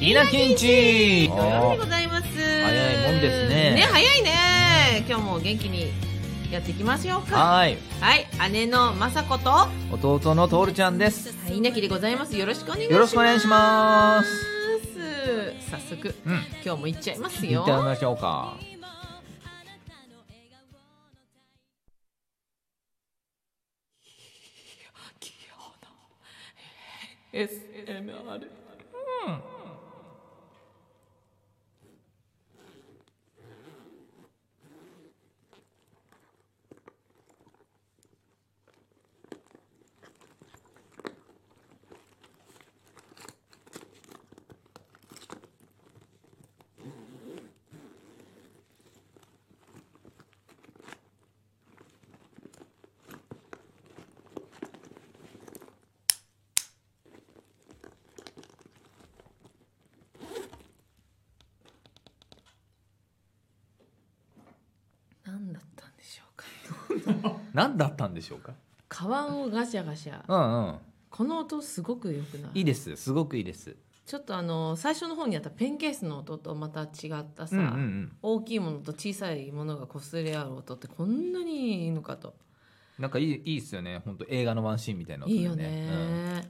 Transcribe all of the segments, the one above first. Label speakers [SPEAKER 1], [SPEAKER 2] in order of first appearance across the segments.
[SPEAKER 1] 稲健一
[SPEAKER 2] 土曜日でございます
[SPEAKER 1] 早いもんですね
[SPEAKER 2] ね早いね今日も元気にやっていきましょうか
[SPEAKER 1] はい
[SPEAKER 2] はい姉の雅子と
[SPEAKER 1] 弟のトールちゃんです
[SPEAKER 2] 稲木でございますよろしくお願いします
[SPEAKER 1] よろしくお願いします
[SPEAKER 2] 早速
[SPEAKER 1] うん
[SPEAKER 2] 今日も行っちゃいます
[SPEAKER 1] 行
[SPEAKER 2] よ
[SPEAKER 1] ってみましょうか
[SPEAKER 2] 器用な SMR 何だったんでしょうか
[SPEAKER 1] 何だったんでしょうか
[SPEAKER 2] 皮をガシャガシャ
[SPEAKER 1] うんうん
[SPEAKER 2] この音すごく良くな
[SPEAKER 1] い
[SPEAKER 2] い
[SPEAKER 1] いですすごくいいです
[SPEAKER 2] ちょっとあの最初の方にあったペンケースの音とまた違ったさ、
[SPEAKER 1] うんうんうん
[SPEAKER 2] 大きいものと小さいものが擦れ合う音ってこんなにいいのかと
[SPEAKER 1] なんかいいいいっすよね本当映画のワンシーンみたいな音
[SPEAKER 2] い
[SPEAKER 1] で
[SPEAKER 2] いよね、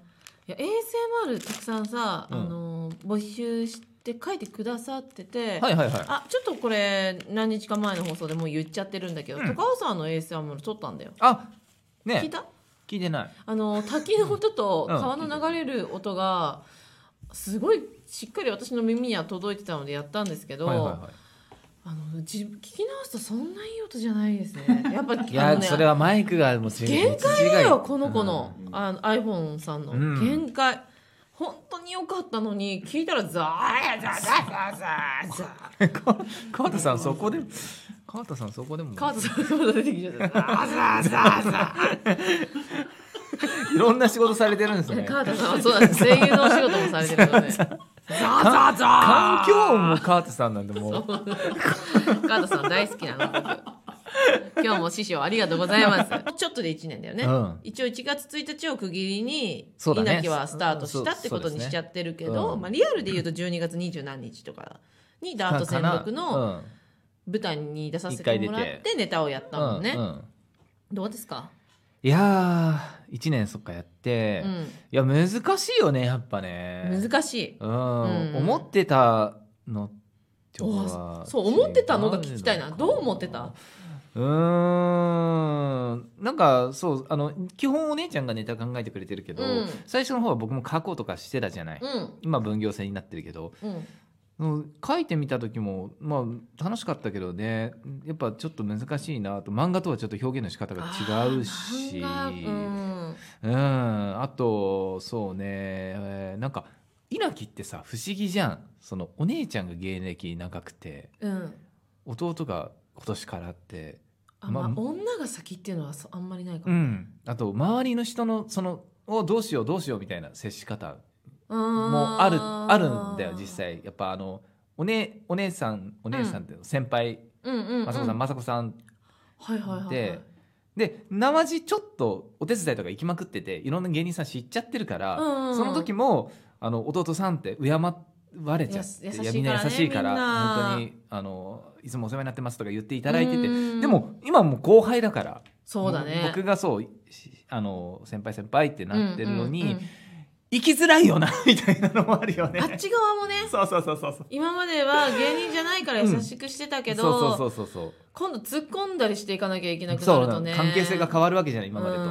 [SPEAKER 2] いや ASMR たくさんさ、
[SPEAKER 1] うん
[SPEAKER 2] あの募集して書いてくださってて、
[SPEAKER 1] うんはいはいはい
[SPEAKER 2] あちょっとこれ何日か前の放送でもう言っちゃってるんだけど、
[SPEAKER 1] うん
[SPEAKER 2] 高尾さんの ASMR 撮ったんだよ、
[SPEAKER 1] あ
[SPEAKER 2] 聞い
[SPEAKER 1] ね
[SPEAKER 2] た
[SPEAKER 1] 聞いてない
[SPEAKER 2] あの滝の音と
[SPEAKER 1] うん
[SPEAKER 2] 川の流れる音がすごいしっかり私の耳には届いてたのでやったんですけど、
[SPEAKER 1] はいはいはい
[SPEAKER 2] あのうち聞き直すとそんないい音じゃないですね。やっぱ
[SPEAKER 1] い
[SPEAKER 2] あ
[SPEAKER 1] や、
[SPEAKER 2] のね
[SPEAKER 1] それはマイクがもう
[SPEAKER 2] 限
[SPEAKER 1] 界
[SPEAKER 2] だよこの子の、あの iPhone さんの、
[SPEAKER 1] うん
[SPEAKER 2] 限界本当に良かったのに聞いたらザーザーザーザーザー
[SPEAKER 1] 川田さんそこで川田さんそこでも
[SPEAKER 2] 川田さんのこと出てきちゃったザーザーザーザ
[SPEAKER 1] いろんな仕事されてるんです
[SPEAKER 2] ー
[SPEAKER 1] ね
[SPEAKER 2] 川田さんはそうなんです声優のお仕事もされてるのでザーザーザ
[SPEAKER 1] 環
[SPEAKER 2] ー
[SPEAKER 1] 境音も川田さんなんでもう
[SPEAKER 2] 川田さん大好きなの僕今日も師匠ありがとうございますちょっとで1年だよね、
[SPEAKER 1] うん
[SPEAKER 2] 一応1月1日を区切りに
[SPEAKER 1] そうだね
[SPEAKER 2] 稲木はスタートしたってこと
[SPEAKER 1] そうそう
[SPEAKER 2] に
[SPEAKER 1] ですね
[SPEAKER 2] しちゃってるけ
[SPEAKER 1] う
[SPEAKER 2] ど、
[SPEAKER 1] ん
[SPEAKER 2] まあ、リアルで言うと12月二十何日とかにダート戦
[SPEAKER 1] か
[SPEAKER 2] 六の
[SPEAKER 1] な
[SPEAKER 2] 舞台に出させてもら
[SPEAKER 1] 一回
[SPEAKER 2] っ
[SPEAKER 1] 出
[SPEAKER 2] てネタをやったもんね、
[SPEAKER 1] うんうん
[SPEAKER 2] どうですか、
[SPEAKER 1] いやー1年そっかやって、いや難しいよねやっぱね
[SPEAKER 2] うん、難しい
[SPEAKER 1] うん、
[SPEAKER 2] うん
[SPEAKER 1] 思ってたのと
[SPEAKER 2] お
[SPEAKER 1] は
[SPEAKER 2] そう思ってたのが聞きたいな
[SPEAKER 1] 違うのか
[SPEAKER 2] どう思ってた
[SPEAKER 1] うーんなんかそうあの基本お姉ちゃんがネタ考えてくれてるけど、
[SPEAKER 2] うん
[SPEAKER 1] 最初の方は僕も書こうとかしてたじゃない、
[SPEAKER 2] うん
[SPEAKER 1] 今分業制になってるけど
[SPEAKER 2] うん
[SPEAKER 1] うん書いてみた時もまあ楽しかったけどねやっぱちょっと難しいなと漫画とはちょっと表現の仕方が違うし
[SPEAKER 2] あー漫画うん
[SPEAKER 1] うんあとそうね、えーなんか稲城ってさ不思議じゃんそのお姉ちゃんが芸歴長くて
[SPEAKER 2] うん
[SPEAKER 1] 弟が今年からって
[SPEAKER 2] あまあ、
[SPEAKER 1] まあ
[SPEAKER 2] 女が先っていうのはそあんまりないか
[SPEAKER 1] う
[SPEAKER 2] も、
[SPEAKER 1] んあと周りの人のそのをどうしようどうしようみたいな接し方もうあるあるんだよ実際やっぱあのお,、ね、お姉さんお姉さんって先輩、
[SPEAKER 2] うんうん、うん、
[SPEAKER 1] 雅子さん雅子さん
[SPEAKER 2] はいはいはいはい
[SPEAKER 1] でで生地ちょっとお手伝いとか行きまくってていろんな芸人さん知っちゃってるから、
[SPEAKER 2] うんうんうん
[SPEAKER 1] その時もあの弟さんって敬われちゃって
[SPEAKER 2] やす優し
[SPEAKER 1] や
[SPEAKER 2] いからね
[SPEAKER 1] みんな優しいから
[SPEAKER 2] みんな
[SPEAKER 1] 本当にあのいつもお世話になってますとか言っていただいてて
[SPEAKER 2] うん
[SPEAKER 1] でも今もう後輩だから
[SPEAKER 2] そうだ
[SPEAKER 1] も
[SPEAKER 2] ね
[SPEAKER 1] 僕がそうしあの先輩先輩ってなってるのに、
[SPEAKER 2] うんうんうん
[SPEAKER 1] 生きづらいよな みたいなのもあるよね
[SPEAKER 2] あ。っち側もね
[SPEAKER 1] そうそうそうそうそう。
[SPEAKER 2] 今までは芸人じゃないから優しくしてたけど、
[SPEAKER 1] そうそうそうそう
[SPEAKER 2] 今度突っ込んだりしていかなきゃいけなく
[SPEAKER 1] そ
[SPEAKER 2] な
[SPEAKER 1] う
[SPEAKER 2] る
[SPEAKER 1] な
[SPEAKER 2] と
[SPEAKER 1] の
[SPEAKER 2] ね
[SPEAKER 1] 関係性が変わるわけじゃない今までと。
[SPEAKER 2] う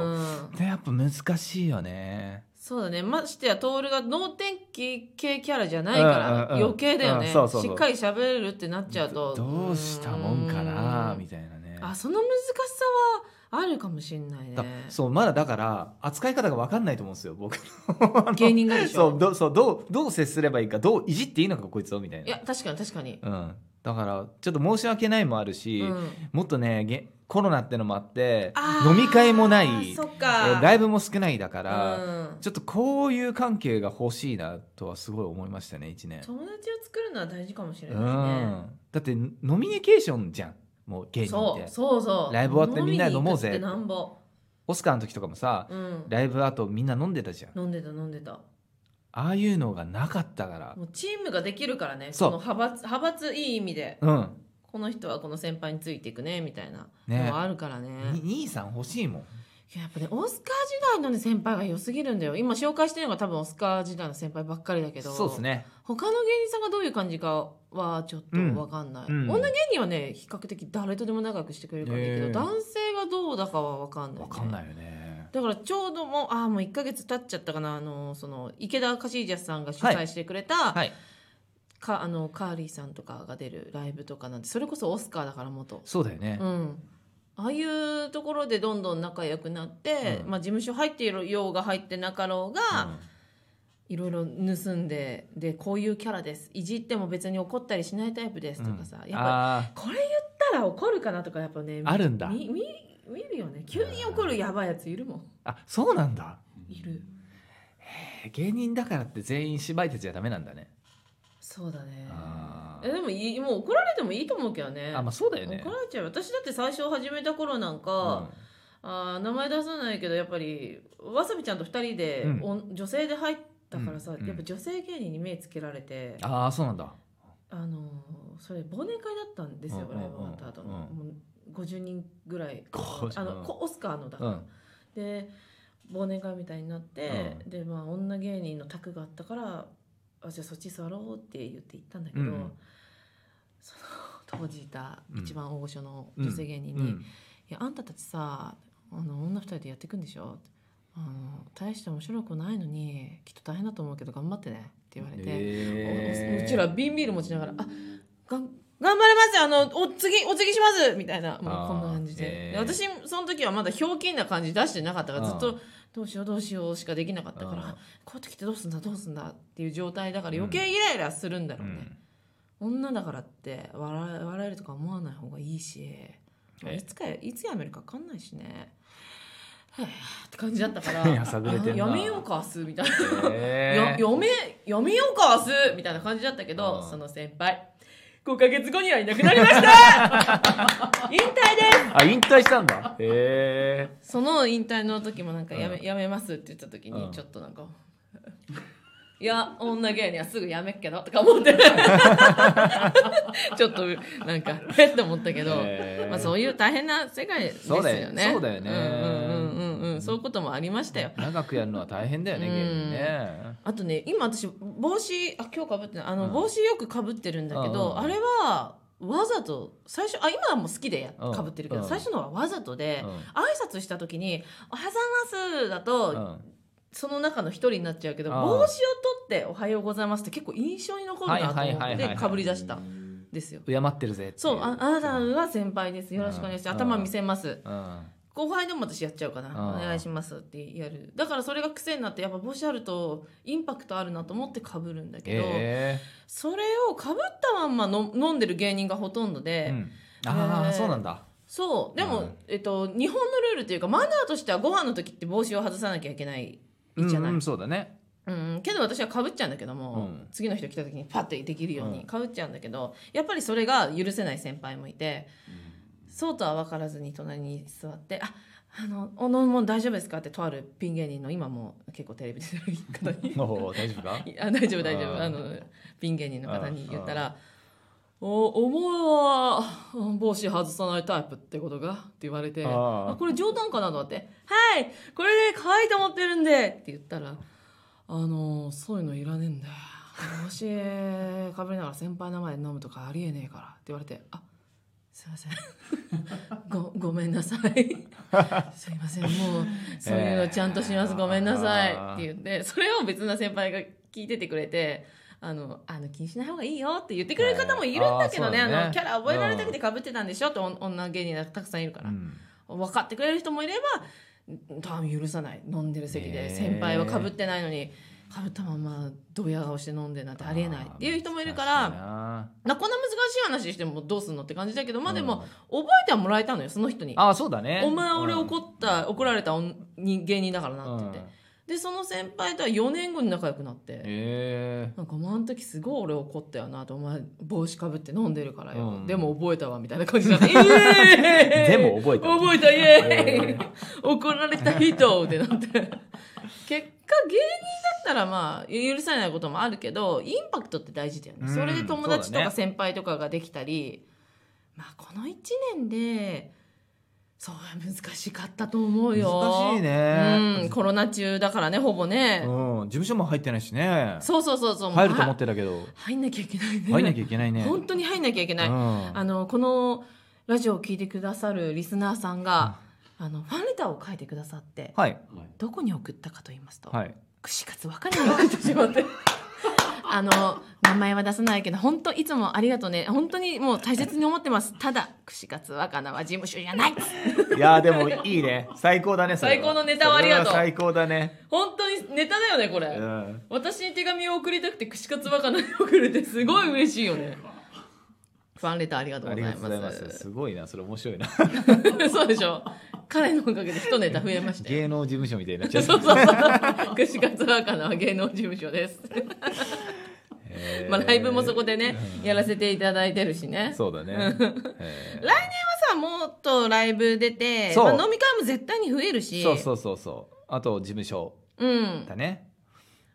[SPEAKER 2] ん
[SPEAKER 1] でやっぱ難しいよね。
[SPEAKER 2] そうだねましてや徹が能天気系キャラじゃないから、
[SPEAKER 1] うんうんうん
[SPEAKER 2] 余計だよね、
[SPEAKER 1] うんそうそうそう
[SPEAKER 2] しっかり喋れるってなっちゃうと
[SPEAKER 1] どうしたもんかなみ
[SPEAKER 2] た
[SPEAKER 1] たいなね。
[SPEAKER 2] あその難しさはあるかもしれない
[SPEAKER 1] だ
[SPEAKER 2] ね
[SPEAKER 1] そうまだだから扱い方が分かんないと思うんですよ僕のあの
[SPEAKER 2] 芸人がでし ょ
[SPEAKER 1] そうどうそうどうどう接すればいいかどういじっていいのかこいつをみたい
[SPEAKER 2] い
[SPEAKER 1] な。
[SPEAKER 2] や確かに確かに、
[SPEAKER 1] うん。だからちょっと申し訳ないもあるし、
[SPEAKER 2] うん
[SPEAKER 1] もっとねげコロナってのもあって
[SPEAKER 2] あー
[SPEAKER 1] 飲み会もない
[SPEAKER 2] そっ
[SPEAKER 1] え
[SPEAKER 2] か
[SPEAKER 1] ーライブも少ないだから。
[SPEAKER 2] うん
[SPEAKER 1] ちょっとこういう関係が欲しいなとはすごい思いましたね1年、
[SPEAKER 2] 友達を作るのは大事かもしれ
[SPEAKER 1] う、
[SPEAKER 2] なん
[SPEAKER 1] だってノミニケーションじゃんもう
[SPEAKER 2] い
[SPEAKER 1] 芸
[SPEAKER 2] ね
[SPEAKER 1] 人っ
[SPEAKER 2] そ
[SPEAKER 1] て
[SPEAKER 2] うそうそう
[SPEAKER 1] ライブ終わってみんなで飲もうぜ
[SPEAKER 2] 飲みに行くってなんぼ
[SPEAKER 1] オスカーの時とかもさ
[SPEAKER 2] うん
[SPEAKER 1] ライブ後みんな飲んでたじゃん
[SPEAKER 2] 飲んでた飲んでた
[SPEAKER 1] ああいうのがなかったから
[SPEAKER 2] もうチームができるからね
[SPEAKER 1] そ
[SPEAKER 2] そうの派閥派閥いい意味で
[SPEAKER 1] うん
[SPEAKER 2] この人はこの先輩についていくねみたいな
[SPEAKER 1] ね
[SPEAKER 2] のはあるからね
[SPEAKER 1] に兄さん欲しいもん
[SPEAKER 2] いややっぱねオスカー時代の、ね、先輩が良すぎるんだよ今紹介してるのが多分オスカー時代の先輩ばっかりだけど
[SPEAKER 1] そうですね
[SPEAKER 2] 他の芸人さんがどういう感じかはちょっとわかんない、
[SPEAKER 1] うんうん
[SPEAKER 2] 女芸人はね比較的誰とでも仲良くしてくれるからいいけど、
[SPEAKER 1] へえ
[SPEAKER 2] 男性がどうだかはわかんない、
[SPEAKER 1] わかんないいよね
[SPEAKER 2] だからちょうどもうああもう1か月経っちゃったかなあのその池田カシージャスさんが主
[SPEAKER 1] は
[SPEAKER 2] 催してくれた、
[SPEAKER 1] はい
[SPEAKER 2] かあのカーリーさんとかが出るライブとかなんてそれこそオスカーだから元
[SPEAKER 1] そうだよね、
[SPEAKER 2] うんああいうところでどんどん仲良くなって、
[SPEAKER 1] うん
[SPEAKER 2] まあ、事務所入っているようが入ってなかろうが、
[SPEAKER 1] うん
[SPEAKER 2] いろいろ盗んででこういうキャラですいじっても別に怒ったりしないタイプですとかさ、
[SPEAKER 1] うん
[SPEAKER 2] やっぱ
[SPEAKER 1] あ
[SPEAKER 2] これ言ったら怒るかなとかやっぱね
[SPEAKER 1] あるんだ
[SPEAKER 2] みみ見るよね急に怒るやばいやついるもん
[SPEAKER 1] ーあそうなんだ
[SPEAKER 2] いる
[SPEAKER 1] えー芸人だからって全員芝居たちはダメなんだね
[SPEAKER 2] そうだね
[SPEAKER 1] あー
[SPEAKER 2] えでもいいもう怒られてもいいと思うけどね
[SPEAKER 1] あまあそうだよね
[SPEAKER 2] 怒られちゃう私だって最初始めた頃なんか、あー名前出さないけどやっぱりわさびちゃんと2人で、
[SPEAKER 1] うん
[SPEAKER 2] おん女性で入ったからさ、
[SPEAKER 1] うんうん
[SPEAKER 2] やっぱ女性芸人に目つけられて
[SPEAKER 1] うん、ああそうなんだ
[SPEAKER 2] あのーそれ忘年会だったんですよ、
[SPEAKER 1] うんうんうん
[SPEAKER 2] ライブ終わった後の、
[SPEAKER 1] う
[SPEAKER 2] もう50人ぐらい
[SPEAKER 1] 50
[SPEAKER 2] あの、こオスカーのだから、
[SPEAKER 1] うん
[SPEAKER 2] で忘年会みたいになって、
[SPEAKER 1] う
[SPEAKER 2] でまあ女芸人の卓があったからあじゃあそっち座ろうって言って行ったんだけど、
[SPEAKER 1] うんうん
[SPEAKER 2] その当時いた
[SPEAKER 1] うん
[SPEAKER 2] 一番大御所の女性芸人に「いやあんたたちさあの女二人でやっていくんでしょ?」あの大して面白くないのにきっと大変だと思うけど頑張ってね」って言われて。
[SPEAKER 1] えー
[SPEAKER 2] うちら瓶ビール持ちながら「あがん頑張りますあのお次お次します」みたいなも
[SPEAKER 1] あ
[SPEAKER 2] う
[SPEAKER 1] ー
[SPEAKER 2] こんな感じで、
[SPEAKER 1] えー
[SPEAKER 2] で私その時はまだひょうきんな感じ出してなかったからずっ
[SPEAKER 1] う
[SPEAKER 2] と
[SPEAKER 1] ん
[SPEAKER 2] 「どうしようどうしよう」しかできなかった
[SPEAKER 1] う
[SPEAKER 2] から
[SPEAKER 1] ん
[SPEAKER 2] あ「こうやって来てどうすんだどうすんだ」っていう状態だから余計イライラするんだろ
[SPEAKER 1] う
[SPEAKER 2] うね、
[SPEAKER 1] ん
[SPEAKER 2] 女だからって笑え笑えるとか思わない方がいいし、まあ
[SPEAKER 1] ええ
[SPEAKER 2] いつかいつやめるか分かんないしねはぁって感じだったか
[SPEAKER 1] いや
[SPEAKER 2] ら
[SPEAKER 1] 探れてんな
[SPEAKER 2] あやめようか明日みたいな。
[SPEAKER 1] え
[SPEAKER 2] よ
[SPEAKER 1] ー
[SPEAKER 2] 読め読めようか明日みたいな感じだったけど、
[SPEAKER 1] うん
[SPEAKER 2] その先輩5ヶ月後にはいなくなりました 引退で
[SPEAKER 1] あ引退したんだへえ
[SPEAKER 2] すその引退の時もなんかやめ,、
[SPEAKER 1] うん
[SPEAKER 2] やめますって言った時
[SPEAKER 1] う
[SPEAKER 2] に
[SPEAKER 1] ん
[SPEAKER 2] ちょっとなんか、 いや女芸人はすぐやめっけどとか思って ちょっとなんかえっと思ったけど、
[SPEAKER 1] へー
[SPEAKER 2] まあ、そういう大変な世界です
[SPEAKER 1] そ
[SPEAKER 2] よね
[SPEAKER 1] うだよねそうだよね
[SPEAKER 2] うんうんうんうんそういうこともありましたよ
[SPEAKER 1] 長くやるのは大変だよね
[SPEAKER 2] うん
[SPEAKER 1] 芸人ね
[SPEAKER 2] あとね今私帽子あ今日かぶってないあの、
[SPEAKER 1] うん
[SPEAKER 2] 帽子よくかぶってるんだけど、
[SPEAKER 1] うん
[SPEAKER 2] あれはわざと最初あ今はもう好きでや
[SPEAKER 1] うん
[SPEAKER 2] かぶってるけど、
[SPEAKER 1] うん
[SPEAKER 2] 最初のはわざとで、
[SPEAKER 1] うん
[SPEAKER 2] 挨拶した時に「おはようございます」だと、
[SPEAKER 1] うん
[SPEAKER 2] その中の一人になっちゃうけ
[SPEAKER 1] う
[SPEAKER 2] ど、
[SPEAKER 1] ん
[SPEAKER 2] 帽子を取って「おはようございます」って結構印象に残るなと
[SPEAKER 1] はい
[SPEAKER 2] 思
[SPEAKER 1] はいはい
[SPEAKER 2] っ
[SPEAKER 1] はいは
[SPEAKER 2] て
[SPEAKER 1] い
[SPEAKER 2] かぶり出したんですよ。
[SPEAKER 1] 敬ってるぜってい
[SPEAKER 2] そうああなたは先輩ですよろしくお願いします、
[SPEAKER 1] うん
[SPEAKER 2] 頭見せます、
[SPEAKER 1] うん
[SPEAKER 2] 後輩でも私やっちゃうかな、
[SPEAKER 1] あ
[SPEAKER 2] お
[SPEAKER 1] ー
[SPEAKER 2] 願いしますってやるだからそれが癖になってやっぱ帽子あるとインパクトあるなと思ってかぶるんだけど、
[SPEAKER 1] え
[SPEAKER 2] それをかぶったまんまの飲んでる芸人がほとんどで、
[SPEAKER 1] えうんあ
[SPEAKER 2] え
[SPEAKER 1] あ
[SPEAKER 2] ー
[SPEAKER 1] そうなんだ
[SPEAKER 2] そうでも、
[SPEAKER 1] うん
[SPEAKER 2] えっと、日本のルールというかマナーとしてはご飯の時って帽子を外さなきゃいけないじゃない、
[SPEAKER 1] う
[SPEAKER 2] うん
[SPEAKER 1] うん
[SPEAKER 2] ん
[SPEAKER 1] そうだね
[SPEAKER 2] けど私はかぶっちゃうんだけども、
[SPEAKER 1] うん
[SPEAKER 2] 次の人来た時にパッとできるよう
[SPEAKER 1] う
[SPEAKER 2] に
[SPEAKER 1] ん
[SPEAKER 2] かぶっちゃうんだけどやっぱりそれが許せない先輩もいて。そうとは分からずに隣に座って「ああのお飲み物大丈夫ですか?」ってとあるピン芸人の今も結構テレビ出てる方 に
[SPEAKER 1] おお大丈夫 か
[SPEAKER 2] 「あ大丈夫大丈夫」
[SPEAKER 1] あー
[SPEAKER 2] あのピン芸人の方に言ったら「おお前は帽子外さないタイプってことか?」って言われて「
[SPEAKER 1] あー
[SPEAKER 2] あこれ冗談かな?」と思って「はいこれで可愛いと思ってるんで」って言ったら「あのそういうのいらねえんだよ帽子かぶりながら先輩の前で飲むとかありえねえから」って言われて「あすいません ごごめんなさい すいませんもうそういうのちゃんとします、
[SPEAKER 1] えー
[SPEAKER 2] ごめんなさい
[SPEAKER 1] あー
[SPEAKER 2] って言ってそれを別な先輩が聞いててくれてあのあの気にしない方がいいよって言ってくれる方もいるんだけどね,、
[SPEAKER 1] えーあーそうだね
[SPEAKER 2] あのキャラ覚えられたくてかぶってたんでしょってお女芸人がたくさんいるか
[SPEAKER 1] う
[SPEAKER 2] ら、
[SPEAKER 1] ん
[SPEAKER 2] 分かってくれる人もいればん多分許さない飲んでる席で、
[SPEAKER 1] ねえ
[SPEAKER 2] 先輩はかぶってないのにかぶったままドヤ顔して飲んでなんてありえないっていう人もいるから。
[SPEAKER 1] あー難しいな
[SPEAKER 2] なこんな難しい話してもどうすんのって感じだけどまあでも、
[SPEAKER 1] うん
[SPEAKER 2] 覚えてはもらえたのよその人に
[SPEAKER 1] あーそうだね
[SPEAKER 2] お前俺怒
[SPEAKER 1] っ
[SPEAKER 2] った、怒られた女芸人だからなって言って、でその先輩とは4年後に仲良くなって、
[SPEAKER 1] え
[SPEAKER 2] なんかお前あの時すごい俺怒ったよなとお前帽子かぶって飲んでるからよ、
[SPEAKER 1] うん
[SPEAKER 2] でも覚えたわみたいな感じだったイエーイ
[SPEAKER 1] でも覚えた
[SPEAKER 2] 覚えたイエーイ、
[SPEAKER 1] え
[SPEAKER 2] 怒られた人ってなって結果芸人だったしたらまあ許されないこともあるけどインパクトって大事だよね、
[SPEAKER 1] うん
[SPEAKER 2] それで友達と
[SPEAKER 1] そうだ
[SPEAKER 2] か
[SPEAKER 1] ね
[SPEAKER 2] 先輩とかができたり、まあこの1年でそう難しかったと思うよ
[SPEAKER 1] 難しいね
[SPEAKER 2] うん、コロナ中だからねほぼね、
[SPEAKER 1] うん、事務所も入ってないしね
[SPEAKER 2] そうそうそうそう
[SPEAKER 1] 入ると思っててたけど
[SPEAKER 2] 入んなきゃいけないね
[SPEAKER 1] 入んなきゃいけないね
[SPEAKER 2] 本当に入んなきゃいけない、
[SPEAKER 1] うん
[SPEAKER 2] あのこのラジオを聞いてくださるリスナーさんが、あのファンレターを書いてくださって、
[SPEAKER 1] はい
[SPEAKER 2] どこに送ったかと言いますと、
[SPEAKER 1] はい
[SPEAKER 2] 串カツわかんないの送ってし まってあの名前は出さないけど本当いつもありがとうね本当にもう大切に思ってますただ串カツ若菜は事務所じゃない
[SPEAKER 1] いやーでもいいね最高だねそれは
[SPEAKER 2] 最高のネタをありがとう
[SPEAKER 1] それは最高だね
[SPEAKER 2] 本当にネタだよねこれ、
[SPEAKER 1] うん
[SPEAKER 2] 私に手紙を送りたくて串カツ若菜に送れてすごい嬉しいよねファンレターありがとう
[SPEAKER 1] あ
[SPEAKER 2] ご
[SPEAKER 1] り
[SPEAKER 2] ざ
[SPEAKER 1] が
[SPEAKER 2] い
[SPEAKER 1] とう
[SPEAKER 2] ま
[SPEAKER 1] ご
[SPEAKER 2] す
[SPEAKER 1] ざいますすごいなそれ面白いな
[SPEAKER 2] そうでしょ彼のおかげで一ネタ増えましたよ
[SPEAKER 1] 芸能事務所みたいになっちゃっ
[SPEAKER 2] そ
[SPEAKER 1] た
[SPEAKER 2] うそうそう。串カツ若菜は芸能事務所です。
[SPEAKER 1] へー
[SPEAKER 2] まあライブもそこでね、やらせていただいてるしね。
[SPEAKER 1] そうだねへ
[SPEAKER 2] 来年はさ、もっとライブ出て、
[SPEAKER 1] そう
[SPEAKER 2] まあ、飲み会も絶対に増える
[SPEAKER 1] ー
[SPEAKER 2] し。
[SPEAKER 1] そうそうそうそうあと事務所
[SPEAKER 2] うん。
[SPEAKER 1] だね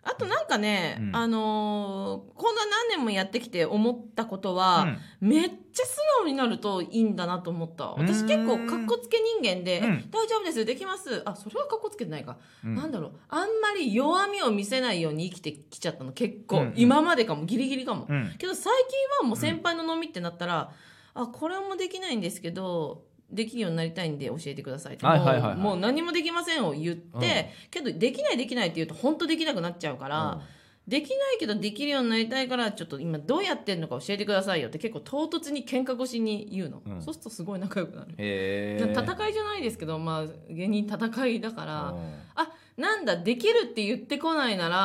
[SPEAKER 2] あとなんかね、
[SPEAKER 1] うん
[SPEAKER 2] あのーこんな何年もやってきて思ったことは、めっちゃ素直になるといいんだなと思った。私
[SPEAKER 1] うー
[SPEAKER 2] 結
[SPEAKER 1] ん
[SPEAKER 2] 構かっこつけ人間で、
[SPEAKER 1] うん
[SPEAKER 2] え大丈夫です、できます。あ、それはかっこつけてないか。
[SPEAKER 1] うんうん
[SPEAKER 2] なんだろうあんまり弱みを見せないように生きてきちゃったの結構、
[SPEAKER 1] うんうん
[SPEAKER 2] 今までかもギリギリかも、
[SPEAKER 1] うん
[SPEAKER 2] けど最近はもう先輩の飲みってなったら、あこれもできないんですけどできるようになりたいんで教えてくださいと、
[SPEAKER 1] はいはいはいはい
[SPEAKER 2] もうもう何もできませんを言って、けどできないできないって言うと本当できなくなっちゃうから、できないけどできるようになりたいからちょっと今どうやってんのか教えてくださいよって結構唐突に喧嘩越しに言うの、
[SPEAKER 1] うん
[SPEAKER 2] そうするとすごい仲良くなる、
[SPEAKER 1] へー
[SPEAKER 2] 戦いじゃないですけどまあ芸人戦いだから、
[SPEAKER 1] うん
[SPEAKER 2] あなんだできるって言ってこないなら、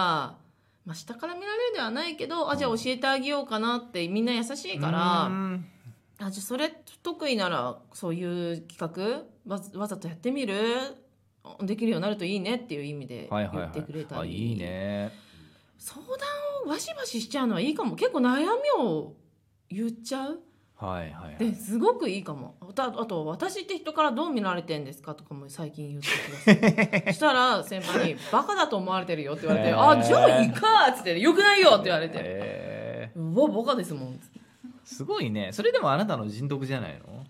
[SPEAKER 2] まあ、下から見られるではないけどあじゃあ教えてあげようかなってみんな優しいから、
[SPEAKER 1] うん
[SPEAKER 2] あじゃあそれ得意ならそういう企画わわざとやってみるできるようになるといいねっていう意味で
[SPEAKER 1] はい
[SPEAKER 2] 言
[SPEAKER 1] はい
[SPEAKER 2] ってくれたり、
[SPEAKER 1] はいあいいね
[SPEAKER 2] 相談をバシバシしちゃうのはいいかも結構悩みを言っちゃう
[SPEAKER 1] はいはいはい
[SPEAKER 2] ですごくいいかもあとあと私って人からどう見られてんですかとかも最近言ってくだ さいしたら先輩に「バカだと思われてるよ」って言われて「
[SPEAKER 1] へー
[SPEAKER 2] あじゃあいいか」っつって「よくないよ」って言われて
[SPEAKER 1] へ
[SPEAKER 2] 「うわバカですもん」
[SPEAKER 1] ーすごいねそれでもあなたの人徳じゃないの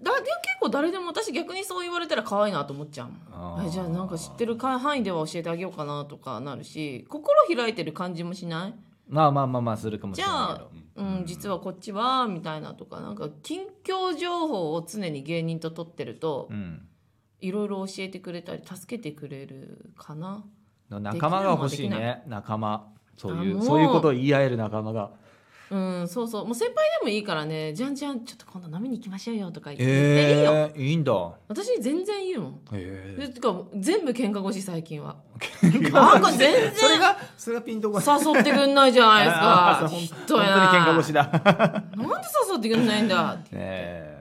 [SPEAKER 2] だでも結構誰でも私逆にそう言われたら可愛いなと思っちゃうもん
[SPEAKER 1] あー
[SPEAKER 2] あじゃあなんか知ってる範囲では教えてあげようかなとかなるし心開いてる感じもしない
[SPEAKER 1] まあまあまあまあするかもしれないけど
[SPEAKER 2] うん、実はこっちはみたいなとかなんか近況情報を常に芸人と取ってると、
[SPEAKER 1] うん
[SPEAKER 2] いろいろ教えてくれたり助けてくれるかな
[SPEAKER 1] 仲間が欲しい
[SPEAKER 2] できな
[SPEAKER 1] ね仲間そうい
[SPEAKER 2] あ
[SPEAKER 1] う
[SPEAKER 2] もう
[SPEAKER 1] そういうことを言い合える仲間が
[SPEAKER 2] うんそうそうもう先輩でもいいからねじゃんじゃんちょっと今度飲みに行きましょうよとか言って、いいよ
[SPEAKER 1] ええいいんだ
[SPEAKER 2] 私全然言うもん
[SPEAKER 1] え
[SPEAKER 2] でてか全部喧嘩腰最近は
[SPEAKER 1] え
[SPEAKER 2] なんか全然
[SPEAKER 1] それがそれがピンとこない
[SPEAKER 2] 誘ってくんないじゃないで す
[SPEAKER 1] あー
[SPEAKER 2] か
[SPEAKER 1] そう
[SPEAKER 2] ひ
[SPEAKER 1] 本当
[SPEAKER 2] どい
[SPEAKER 1] に
[SPEAKER 2] な
[SPEAKER 1] 喧嘩腰 だ
[SPEAKER 2] なんで誘ってくんないん だって
[SPEAKER 1] え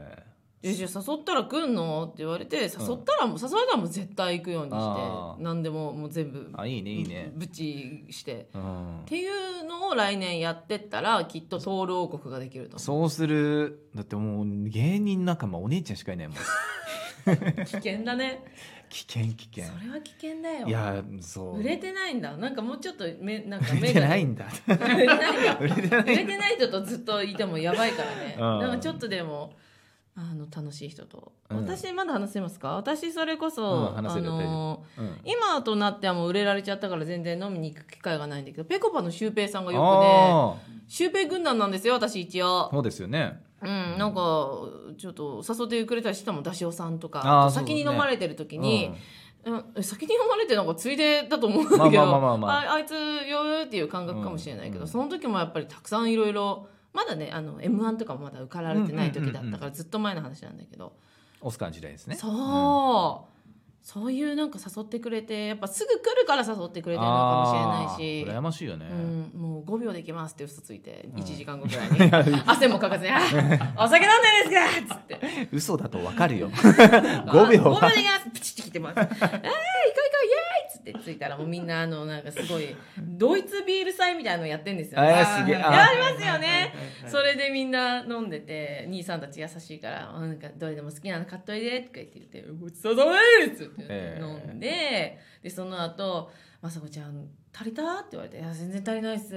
[SPEAKER 2] えじゃあ誘ったら来んのって言われて誘ったらもう誘われたらもう絶対行くように
[SPEAKER 1] あ
[SPEAKER 2] して
[SPEAKER 1] ー
[SPEAKER 2] 何でももう全部
[SPEAKER 1] えあいいねいいね
[SPEAKER 2] ぶちして
[SPEAKER 1] うん
[SPEAKER 2] っていうのを来年やってったらきっとトール王国ができると思う
[SPEAKER 1] そうするだってもう芸人仲間お姉ちゃんしかいないもん
[SPEAKER 2] 危険だね
[SPEAKER 1] 危険危
[SPEAKER 2] そ
[SPEAKER 1] 険
[SPEAKER 2] れは危険だよ
[SPEAKER 1] いやそう
[SPEAKER 2] 売れてないんだなんかもうちょっと目なん か
[SPEAKER 1] 売れ
[SPEAKER 2] 目
[SPEAKER 1] て
[SPEAKER 2] が
[SPEAKER 1] ないんだ
[SPEAKER 2] 売れてないよ
[SPEAKER 1] 売れてない
[SPEAKER 2] 売れてない人とずっといてもやばいからね、
[SPEAKER 1] うん
[SPEAKER 2] なんかちょっとでもあの楽しい人と、
[SPEAKER 1] うん
[SPEAKER 2] 私まだ話せますか私それこ
[SPEAKER 1] う
[SPEAKER 2] そ、
[SPEAKER 1] ん話せるよ
[SPEAKER 2] あ
[SPEAKER 1] 大
[SPEAKER 2] の
[SPEAKER 1] うん
[SPEAKER 2] 今となってはもう売れられちゃったから全然飲みに行く機会がないんだけどぺこぱのシュウペイさんがよ
[SPEAKER 1] あ
[SPEAKER 2] くねシュウペイ軍団なんですよ私一
[SPEAKER 1] あ
[SPEAKER 2] 応
[SPEAKER 1] そうですよね
[SPEAKER 2] うん、なんかちょっと誘ってくれたりしてたもんダシオさんとか
[SPEAKER 1] あーそうだ
[SPEAKER 2] 先
[SPEAKER 1] ね
[SPEAKER 2] に飲まれてる時に、うん、先に読まれてなんかついでだと思うんだけど、
[SPEAKER 1] まあまあまあまあ
[SPEAKER 2] ああいつよーっていう感覚かもしれないけど、
[SPEAKER 1] うんうん
[SPEAKER 2] その時もやっぱりたくさんいろいろまだねあの m 1とかもまだ受かられてない時だった
[SPEAKER 1] うんうん
[SPEAKER 2] か
[SPEAKER 1] う
[SPEAKER 2] らずっと前の話なんだけど、
[SPEAKER 1] オスカーの時代ですね
[SPEAKER 2] そう、
[SPEAKER 1] うん
[SPEAKER 2] そういうなんか誘ってくれてやっぱすぐ来るから誘ってくれてるのかもしれ
[SPEAKER 1] あー
[SPEAKER 2] な
[SPEAKER 1] 羨
[SPEAKER 2] いし。
[SPEAKER 1] ましいよね、
[SPEAKER 2] うん、もう5秒できますって嘘ついて
[SPEAKER 1] うん
[SPEAKER 2] 1時間後ぐらいに、汗もかかずに「あーお酒飲んでるんですか!」っつって
[SPEAKER 1] 嘘だとわか るよ5秒
[SPEAKER 2] あ5秒
[SPEAKER 1] は
[SPEAKER 2] でいきますプチって切って ます。あー、いこういこう、イエーイっつって着いたらもうみんなあの、なんかすごい、ドイツビール祭みたいなのやってんですよ、ね。
[SPEAKER 1] あーすげえ
[SPEAKER 2] や
[SPEAKER 1] あー
[SPEAKER 2] りますよね。それでみんな飲んでて、兄さんたち優しいから、あなんかどれでも好きなの買っといでとか言って言って、ごちそうさまですって言って
[SPEAKER 1] ええ
[SPEAKER 2] 飲んで、で、その後、まさこちゃん、足りた?」って言われて「いや全然足りないっす」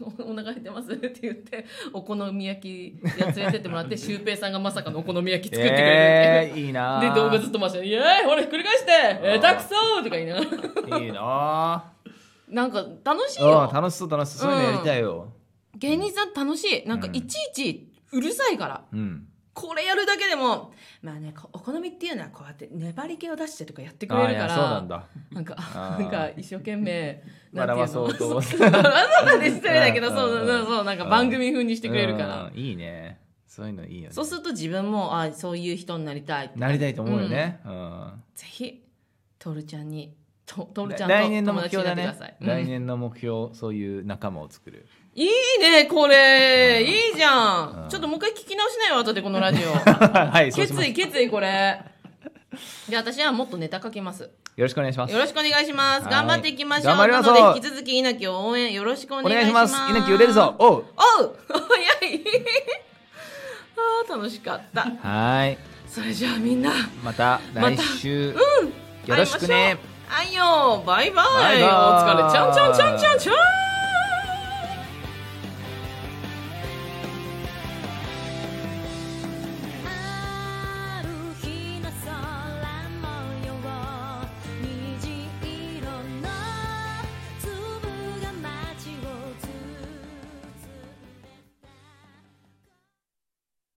[SPEAKER 2] おお腹減ってます」って言ってお好み焼き屋連れてってもらってシュウペイさんがまさかのお好み焼き作ってくれるって
[SPEAKER 1] え
[SPEAKER 2] いう
[SPEAKER 1] ー、いいな
[SPEAKER 2] で動画ずっと回して「イエーイほらひっくり返して下手くそ!」とか言いながら
[SPEAKER 1] いいな
[SPEAKER 2] なんか楽しい
[SPEAKER 1] あ
[SPEAKER 2] よ
[SPEAKER 1] 楽しそう楽しそうそういうのやりたいよ
[SPEAKER 2] 芸人さん楽しいなんか
[SPEAKER 1] うん
[SPEAKER 2] いちいちうるさいから
[SPEAKER 1] うん
[SPEAKER 2] これやるだけでもまあねこお好みっていうのはこうやって粘り気を出してとかやってく
[SPEAKER 1] あ
[SPEAKER 2] れ
[SPEAKER 1] あい
[SPEAKER 2] るか
[SPEAKER 1] や
[SPEAKER 2] ら
[SPEAKER 1] そうなんだ
[SPEAKER 2] なんか
[SPEAKER 1] あー
[SPEAKER 2] なんか一生懸命なんて
[SPEAKER 1] 笑
[SPEAKER 2] いうの
[SPEAKER 1] わそうと思って
[SPEAKER 2] 笑わそうで失礼だけど
[SPEAKER 1] う
[SPEAKER 2] そ
[SPEAKER 1] ん
[SPEAKER 2] うそうそうそうなんか番組風にしてくれるから
[SPEAKER 1] うんいいねそういうのいいよね
[SPEAKER 2] そうすると自分もあそういう人になりたいって
[SPEAKER 1] なりたいと思うよねうん
[SPEAKER 2] ぜひトルちゃんにとトルちゃんと
[SPEAKER 1] 来年の
[SPEAKER 2] 友
[SPEAKER 1] 目
[SPEAKER 2] 達に
[SPEAKER 1] 標
[SPEAKER 2] な
[SPEAKER 1] だ
[SPEAKER 2] ってくだ
[SPEAKER 1] ね
[SPEAKER 2] さい、うん
[SPEAKER 1] 来年の目標そういう仲間を作 る
[SPEAKER 2] いいねこれ
[SPEAKER 1] うん
[SPEAKER 2] いいじゃ
[SPEAKER 1] うんん
[SPEAKER 2] ちょっともう一回聞き直しないよ後でこ のラジオ
[SPEAKER 1] はいそうしま
[SPEAKER 2] 決
[SPEAKER 1] す
[SPEAKER 2] 意決意これで私はもっとネタ書きます
[SPEAKER 1] よろしくお願いします
[SPEAKER 2] よろしくお願いします
[SPEAKER 1] はい
[SPEAKER 2] 頑張っていきましょ
[SPEAKER 1] 頑
[SPEAKER 2] う
[SPEAKER 1] 張りましょう
[SPEAKER 2] なので引き続き稲城を応援よろしくお
[SPEAKER 1] お
[SPEAKER 2] 願い
[SPEAKER 1] 願い
[SPEAKER 2] し
[SPEAKER 1] し
[SPEAKER 2] ま
[SPEAKER 1] ますす稲城売れるぞおう
[SPEAKER 2] おう早い あー楽しかった
[SPEAKER 1] はい
[SPEAKER 2] それじゃあみんな
[SPEAKER 1] また
[SPEAKER 2] ま
[SPEAKER 1] 来
[SPEAKER 2] た
[SPEAKER 1] 週
[SPEAKER 2] うん
[SPEAKER 1] よろしくね
[SPEAKER 2] 会いましょうあいよバイバイ
[SPEAKER 1] バイバイ
[SPEAKER 2] お疲れちゃんちゃんちゃんちゃんちゃん